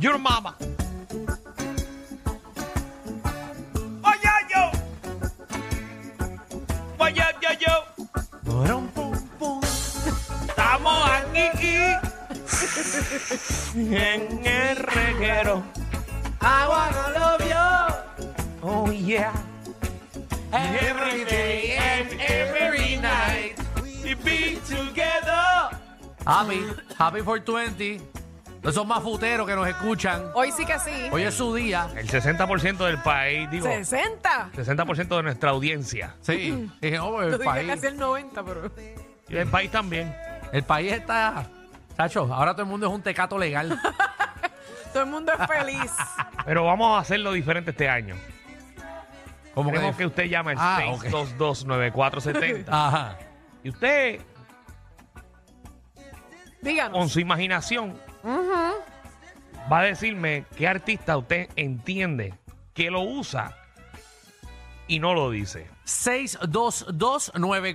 Your mama. Oye, yo. Oye, yo, yo. Borom, pum, pum. Estamos aquí. en el reguero. Agua no lo vio. Oh, yeah. Every day and every night. We be together. Happy, happy 420. Esos mafuteros que nos escuchan. Hoy sí que sí. Hoy es su día. El 60% del país, digo. 60. 60% de nuestra audiencia. Sí. Dije, no, pues Tú el dices país. casi el 90, pero. Y el país también. El país está. Chacho, ahora todo el mundo es un tecato legal. Todo el mundo es feliz. Pero vamos a hacerlo diferente este año. Como Queremos que usted llame al Ah, ok. 6229470 Ajá. y usted, con Díganos. su imaginación, va a decirme qué artista usted entiende que lo usa y no lo dice.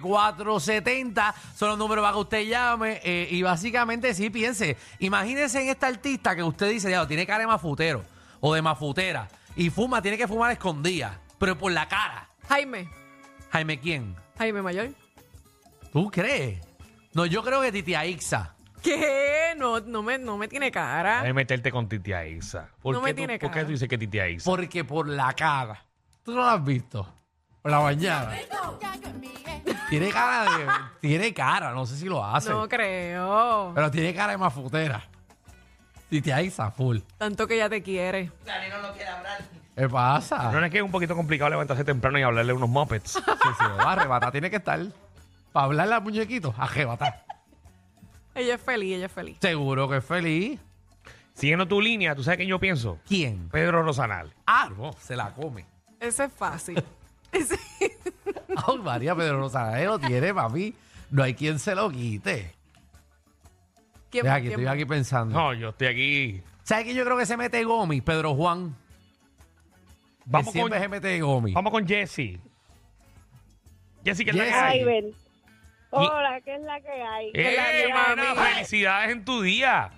6229470 son los números para que usted llame eh, y básicamente sí piense, imagínense en esta artista que usted dice, ya, tiene cara de mafutero o de mafutera y fuma, tiene que fumar escondida, pero por la cara. Jaime. Jaime, ¿quién? Jaime Mayor. ¿Tú crees? No, yo creo que Titi Aixa. ¿Qué? No, no, me, no me tiene cara. Déjame meterte con Titia Isa. ¿Por, Ah. No qué, me tú, tiene por qué cara. tú dices que Titia Isa? Porque por la cara. ¿Tú no la has visto? Por la mañana. Tiene cara de... tiene cara, no sé si lo hace. No creo. Pero tiene cara de mafutera. Titi Aixa, full. Tanto que ya te quiere. ¿Qué pasa? No es que es un poquito complicado levantarse temprano y hablarle a unos Muppets. Sí, sí, lo va a arrebatar. Tiene que estar. Para hablarle al muñequito, arrebatar. Ella es feliz, ella es feliz. Seguro que es feliz. Siguiendo tu línea, ¿tú sabes qué yo pienso? ¿Quién? Pedro Rosanal. Ah, no, se la come. Ese es fácil. Ese- Ay, María Pedro Rosanales lo tiene, papi. No hay quien se lo quite. ¿Quién- Deja que quién estoy más? aquí pensando. No, yo estoy aquí. ¿Sabes que yo creo que se mete Gomi, Pedro Juan? Vamos Vamos con, siempre se mete Gomi. vamos con Jesse. Jesse, ¿qué es la que Jesse. hay? Ay, ven. Hola, ¿qué es la que hay? ¡Eh, Gracias, hermana! mami. ¡Felicidades en tu día!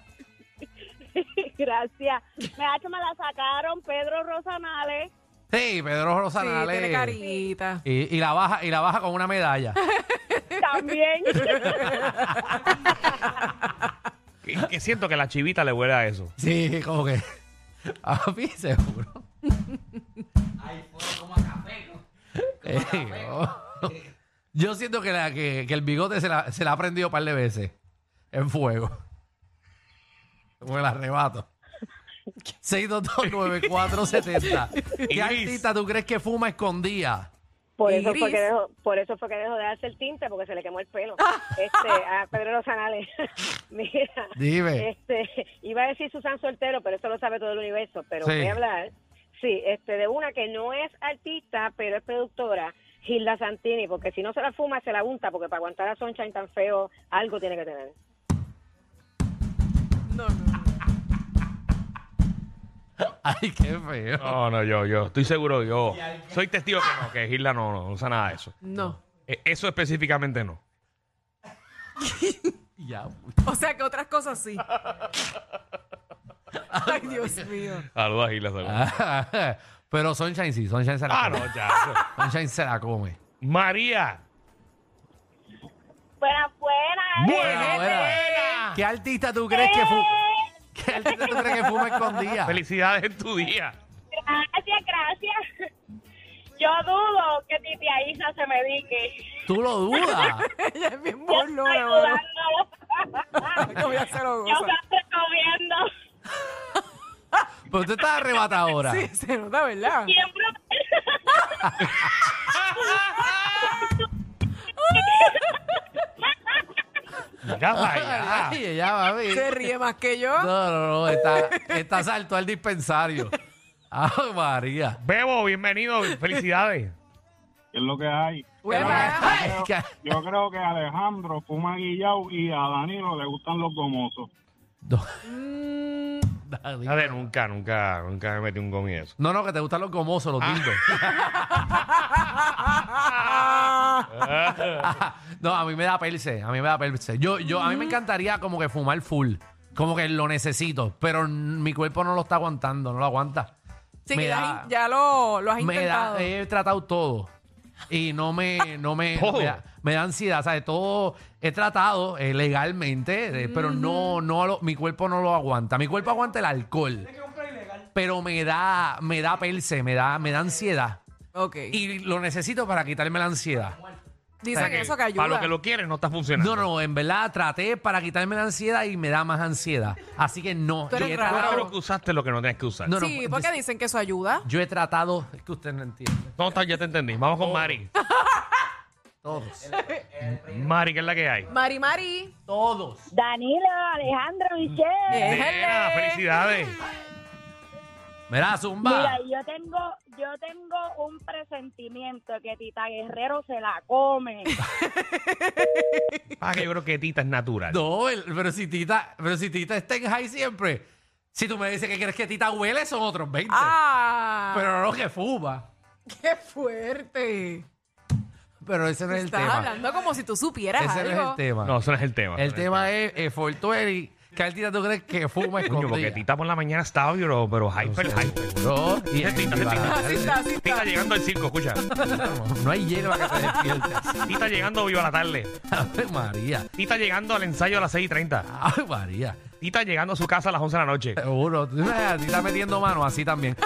Gracias. Me ha hecho, me la sacaron Pedro Rosanales. Sí, Pedro Sí, Rosanales. tiene carita. y, y la baja, y la baja con una medalla. También. Que, que siento que la chivita le huele a eso. Sí, como que. A mí seguro. Ay, fue como café, Yo siento que, la, que, que el bigote se la, se la ha prendido un par de veces en fuego. Como el arrebato. 6229470. Iris. ¿Qué artista tú crees que fuma escondida? Por eso, fue Iris. que dejó, por eso fue que dejó de darse el tinte, porque se le quemó el pelo. Este, a Pedro Rosanales. Mira. Dime. Este, iba a decir Susan Soltero, pero eso lo sabe todo el universo. Pero Sí. voy a hablar, sí, este, de una que no es artista, pero es productora, Gilda Santini, porque si no se la fuma, se la unta, porque para aguantar a Sunshine tan feo, algo tiene que tener. No, no. Ay, qué feo. No, no, yo, yo. Estoy seguro, yo. Soy testigo que no, que Gilda no, no usa nada de eso. No. Eh, eso específicamente no. Ya, pues, uy. O sea que otras cosas sí. Ay, Dios mío. Saluda a Gilda, Ah. saluda. Pero Sunshine sí, Sunshine se la Ah, no, come. ya. Sunshine se la come. María. Buenas, buenas. Buena, buena. ¿Qué artista tú crees que fuma? ¿Qué artista tú crees que fuma escondida? Felicidades en tu día. Gracias, gracias. Yo dudo que Titia Isa se me dique. Tú lo dudas. Ella es bien Yo estoy burlona, mano. dudando. Como ya se lo Yo goza. me estoy comiendo. Pero tú estás arrebatado ahora. Sí, se nota, ¿verdad? Siempre. Ya vaya. Ay, ella va a Se ver. ríe más que yo. No, no, no. Está, está salto al dispensario. Ay, María. Bebo, bienvenido. Felicidades. ¿Qué es lo que hay? Hueva. Ay, qué- Yo creo que Alejandro fuma guillao y a Danilo le gustan los gomosos. No. Mm, A Dale. ver, nunca, nunca, nunca me metí un gomi de eso. No, no, que te gustan los gomosos, los dildos. No, a mí me da perse, a mí me da perse. Yo, yo, a mí me encantaría como que fumar full. como que lo necesito, pero n- mi cuerpo no lo está aguantando, no lo aguanta. Sí, Me que ya, da- has in- ya lo, lo has me intentado. da, eh, he tratado todo y no me, no me, no Todo. me da, me da ansiedad, ¿sabes? Todo he tratado eh, legalmente, eh, pero no, no, lo- mi cuerpo no lo aguanta. Mi cuerpo aguanta el alcohol, pero me da, me da perse, me da, me da ansiedad ok. y lo necesito para quitarme la ansiedad. Dicen que eso que ayuda. Para lo que lo quieres no está funcionando. No, no, en verdad traté para quitarme la ansiedad y me da más ansiedad, así que no. Tú yo he eres raro. Yo tratado- creo que usaste lo que no tenías que usar. No, no, pues, no, sí, porque dicen que eso ayuda. Yo he tratado, es que usted no entiende. está, ya te entendí. Vamos Oh. con Mari. Todos. Mari, ¿qué es la que hay? Mari Mari. Todos. Danilo, Alejandro, Michelle. Nena, déjale. felicidades. Mira, Zumba. Mira, yo tengo, yo tengo un presentimiento que Tita Guerrero se la come. Ah, que yo creo que Tita es natural. No, el- pero si Tita, pero si Tita está en high siempre. Si tú me dices que crees que Tita huele, son otros 20. Ah, Pero no que fuma. qué fuerte. Pero ese no es el Estás tema. hablando como si tú supieras Ese no algo. es el tema. No, eso no es el tema. el tema es eh, Fortueri. Que al Tita tú crees que fuma Coño, porque escondida. Tita por la mañana está, pero, pero hyper, hyper. No, y Ese Tita, ese Tita. Así está, así Tita está. llegando al circo, escucha. No hay hierba que te despierte. Tita llegando viva a la tarde. Ave María. Tita llegando al ensayo a las 6 y 30. Ave María. Tita llegando a su casa a las 11 de la noche. Seguro. Tú sabes, a ti está metiendo mano así también.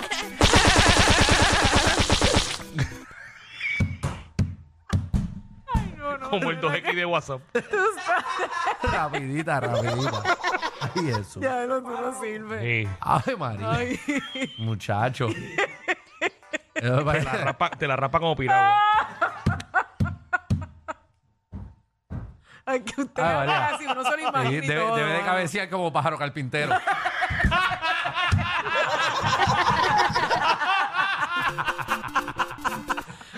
Como el 2X de WhatsApp. rapidita, rapidita. Ay, Jesús. Ya no, tú no sirve. Sí. Ave María. Ay. Muchacho. Eso Te la parece- rapa, te la rapa como piragua. Ay, que usted Ah, habla María. así, uno se lo imagina. Sí, y debe, todo. debe de cabecear como pájaro carpintero.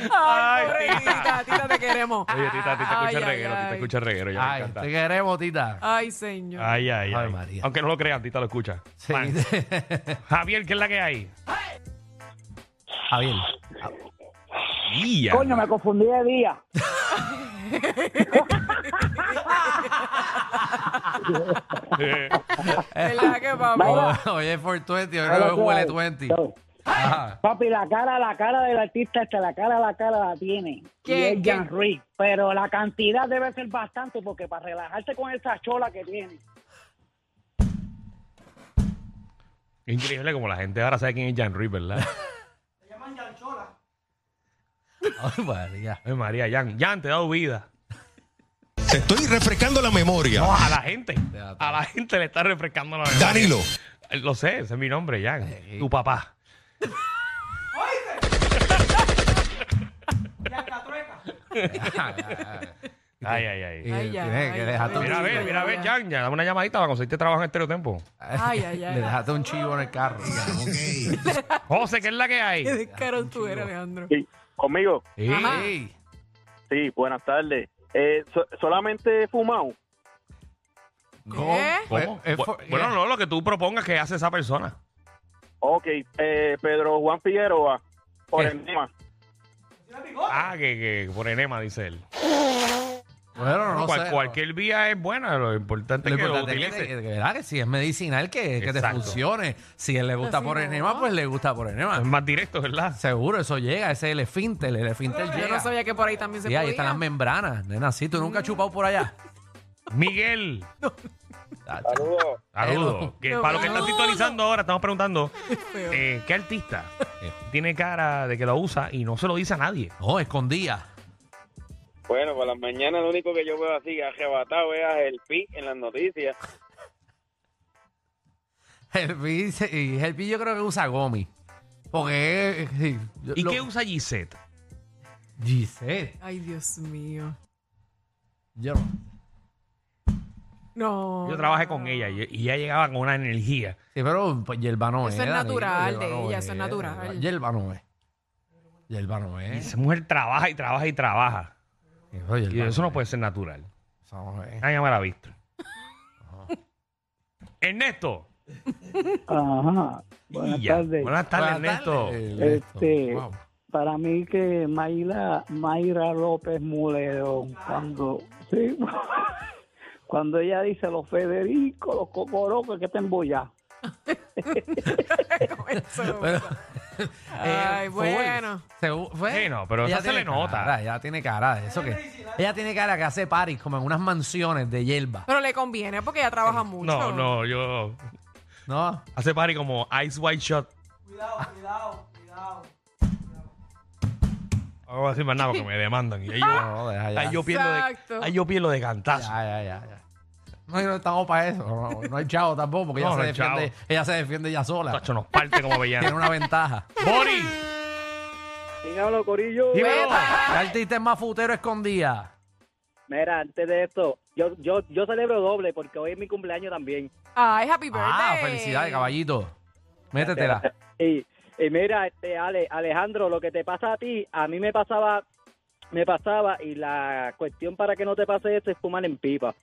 Ay, Ay, pobrecita, tita, te queremos. Oye, Tita, Tita Ay, escucha el ay, reguero, Tita ay. escucha el reguero. Ya me Ay, encanta. te queremos, tita. Ay, señor. Ay, ay, Ave ay. María. Aunque no lo crean, Tita lo escucha. Sí. Man. Javier, ¿qué es la que hay? Javier. Ya. Coño, me confundí de día. Eh, ¿Verdad que papá? O- Oye, es 420, hoy no me huele 20. Ajá. Papi, la cara, la cara del artista, esta, la cara, la cara la tiene. ¿Qué? Y es ¿Qué? Jan Ruiz. Pero la cantidad debe ser bastante porque para relajarse con esa chola que tiene. Increíble como la gente ahora sabe quién es Jan Ruiz, ¿verdad? Ay, María. Ay, María, Jan. Jan, te he dado vida. Te estoy refrescando la memoria. No, a la gente. Ya, A la gente le está refrescando la memoria. Danilo. Eh, Lo sé, ese es mi nombre, Jan. Sí. Tu papá. Ay, ay, ay. Ay, Y ya, tienes que ay, dejar ay, todo- Mira, a ver, mira, a ver, Jan, ya, dame una llamadita para conseguirte trabajo en Estereotempo. Ay, ay, ay. Le dejaste un chivo en el carro. José, ¿qué es la que hay? Qué descaro tú eres, Alejandro. Sí, conmigo. Sí. Ajá. Ey, Sí, buenas tardes. Eh, so- solamente he fumado. ¿cómo? Pues, ¿Cómo? Es- es Bu- for- bueno, no, lo que tú propongas que hace esa persona. Ok, eh, Pedro Juan Figueroa, por ¿Qué? Eh. el tema. Ah, que, que por enema, dice él. Bueno, no Cual- sé. Cualquier vía es buena, lo importante Lo es que lo importante es que, utilice. te- que, ¿verdad? que si es medicinal, que, que te Exacto. funcione. Si él le gusta Así por no. enema, pues le gusta por enema. Es más directo, ¿verdad? Seguro, eso llega, ese es el esfínter, el esfínter llega. Yo no sabía que por ahí también Sí, se podía. Mm. ahí están las membranas, nena. Sí, tú nunca has chupado por allá. Miguel, Saludos. saludos. Que para los que están Saludos. sintonizando ahora, estamos preguntando, Feo. eh, ¿qué artista eh, tiene cara de que lo usa y no se lo dice a nadie? No, escondía. Bueno, por las mañanas lo único que yo veo así arrebatado es a el pi en las noticias. Helpi, se- y Helpi yo creo que usa gomi. Porque es- sí, yo- ¿Y lo- qué usa Gisette? Giselle. Ay, Dios mío. Yo no. No. Yo trabajé con ella y, y ella llegaba con una energía. Sí, pero pues, hierba no es. Eso es Danilo, natural hierba de no ella, eso es natural. Hierba no es. Hierba no Y es. esa mujer trabaja y trabaja y trabaja. Eso, hierba Y eso no es. puede ser natural. Eso no es. Nadie me la ha visto. Ah. Ernesto. Ajá. Buenas Y ya. tardes. Buenas tardes, Ernesto. Ernesto. Este- Wow. Para mí que Mayra, Mayra López Mulero, cuando, sí, Cuando ella dice los Federico, los Cocorocos, que te embolla. Eso. Pero- eh, Ay, full. bueno. Según- fue- Sí, no, pero ella esa se tiene le nota. cara, ella tiene cara de eso que. Ella tiene cara que hace paris como en unas mansiones de hierba. Pero le conviene porque ella trabaja mucho. No, no, yo. ¿No? Hace party como Ice White Shot. Cuidado, cuidado, cuidado. No voy a decir más nada porque me demandan. Y ahí yo, No, deja ahí ya. yo pierdo de, Exacto. ahí yo pierdo de cantazo. Ah, Ya, ya, ya, ya. No, no estamos para eso. No, no hay chavo tampoco, porque No, ella, no se hay chavo. defiende, ella se defiende ella sola. Tacho, nos parte como Tiene avellana. una ventaja. ¡Bori! Dígalo, Corillo. Pues, ¡Dímelo! ¿Qué artista es más futero escondida? Mira, antes de esto, yo, yo, yo celebro doble porque hoy es mi cumpleaños también. Ay, happy birthday. Ah, felicidades, caballito. Métetela. Y, y mira, este, Ale- Alejandro, lo que te pasa a ti, a mí me pasaba, me pasaba, y la cuestión para que no te pase esto es fumar en pipa.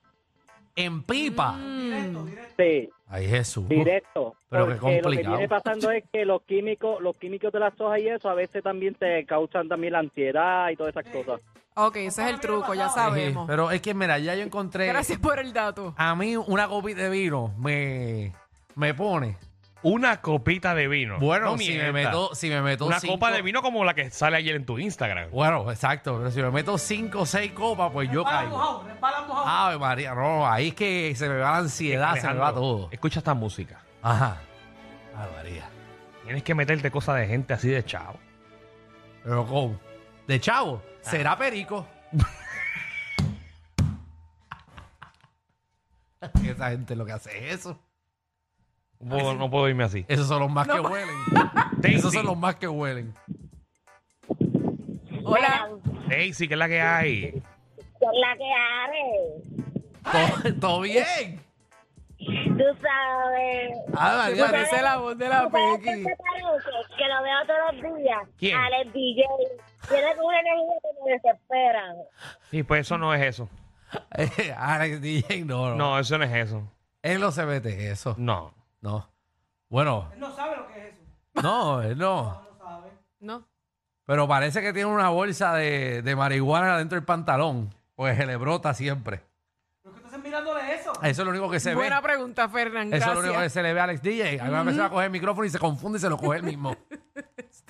En pipa. Mm. Sí, Ay, Jesús. directo. Pero qué porque lo que complicado. viene pasando es que los químicos, los químicos de las hojas y eso a veces también te causan también la ansiedad y todas esas cosas. Ok, ese es el truco, ya Sí, sabemos. pero es que, mira, ya yo encontré. Gracias por el dato. A mí una copita de vino me, me pone. Una copita de vino. Bueno, No si mientas. me meto, si me meto Una cinco- copa de vino como la que sale ayer en tu Instagram. Bueno, exacto, pero si me meto cinco o seis copas, pues yo caigo. Ave María, no, ahí es que se me va la ansiedad, se me va Alejandro, todo. Escucha esta música. Ajá. Ave María. Tienes que meterte cosas de gente así de chavo. Pero ¿cómo? De chavo, Ah. será perico. Esa gente lo que hace es eso. No puedo, no puedo irme así. Esos son los más que huelen. Esos Daisy. son los más que huelen. Hola. Daisy, que es la que hay. Con la que haré. ¿Todo, todo bien? Tú sabes. Ave Se María, parece la voz de la ¿Tú sabes quién Peggy. se parece? Que lo veo todos los días. ¿Quién? Alex DJ. Tienes una energía que me desesperan. Y pues eso no es eso. Eh, Alex DJ, no, no. No, eso no es eso. Él no se mete en eso. No. No. Bueno. Él no sabe lo que es eso. No, él no. No. Pero parece que tiene una bolsa de, de marihuana dentro del pantalón. Pues se le brota siempre. ¿Pero que tú estás mirándole eso? Eso es lo único que se Buena ve. pregunta, Fernán. Eso es lo único que Gracias. se le ve a Alex DJ. Alguna vez se va a coger el micrófono y se confunde y se lo coge él mismo.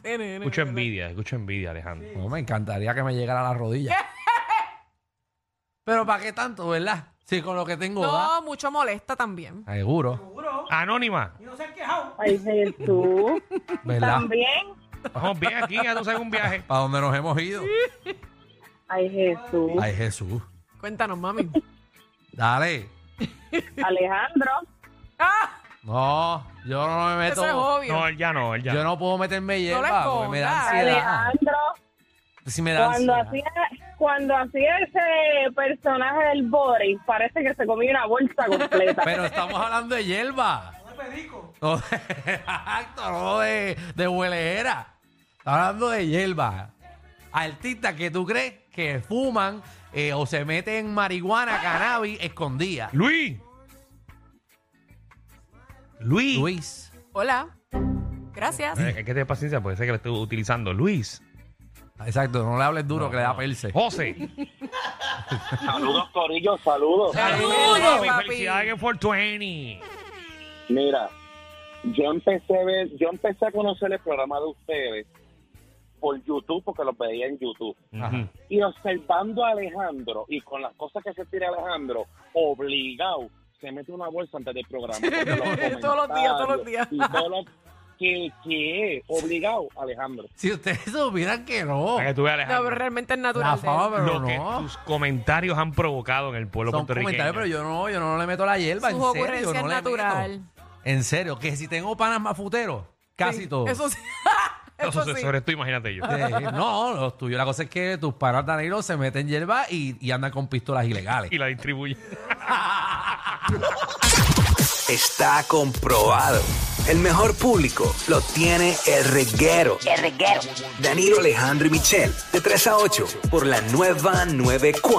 TNN, Escucho ¿verdad? envidia, escucho envidia, Alejandro. No, me encantaría que me llegara a la rodilla. Pero ¿para qué tanto, verdad? Si con lo que tengo da. No, mucho molesta también. Seguro. Anónima, Ay, tú. ¿Verdad? Bien. vamos bien aquí, ya tú sabes un viaje. ¿Para dónde nos hemos ido? Ay, Jesús. Ay, Jesús. Cuéntanos, mami. Dale. Alejandro. ¡Ah! No, yo no me meto. Eso es obvio. No, eh. él ya no, él ya. Yo no puedo meterme hierba lo porque me da escondas. ansiedad. Si me da Cuando ansiedad. hacía, cuando hacía ese personaje del Boris, parece que se comía una bolsa completa. Pero estamos hablando de hierba. No de Exacto, no de, de huelejera. Estamos hablando de hierba. Artistas que tú crees que fuman eh, o se meten marihuana, cannabis, escondida. Luis. Luis. Luis. Hola. Gracias. Eh, Hay que tener paciencia porque sé que lo estoy utilizando. Luis. Exacto, no le hables duro que le da perse. José. Saludos, Corillo, saludos. Saludos, Papi, papi. Felicidades en 420. Mira, yo empecé a ver, yo empecé a conocer el programa de ustedes por YouTube, porque lo veía en YouTube. Ujú. Y observando a Alejandro y con las cosas que se tira Alejandro, obligado, se mete una bolsa antes del programa. porque Todos los días, todos los comentarios días. Y todos los, que, que, obligado, Alejandro. Si ustedes supieran que no. Para que tú veas, No, pero Alejandro, realmente es natural. La de fama, él. pero lo que Oh. no. tus comentarios han provocado en el pueblo Son puertorriqueño. comentarios, pero yo no, yo no le meto la hierba. Sus en serio, ocurrencias yo no le meto. natural. En serio, que si tengo panas mafuteros, casi Sí, todos. Eso sí. No, eso sobre- sí. sobre esto, imagínate yo. Eh, no, los tuyos. La cosa es que tus panas negros se meten hierba y, y andan con pistolas ilegales. Y la distribuye. Está comprobado. El mejor público lo tiene el reguero. El reguero. Danilo Alejandro y Michel, de 3 a 8, por la nueva 94.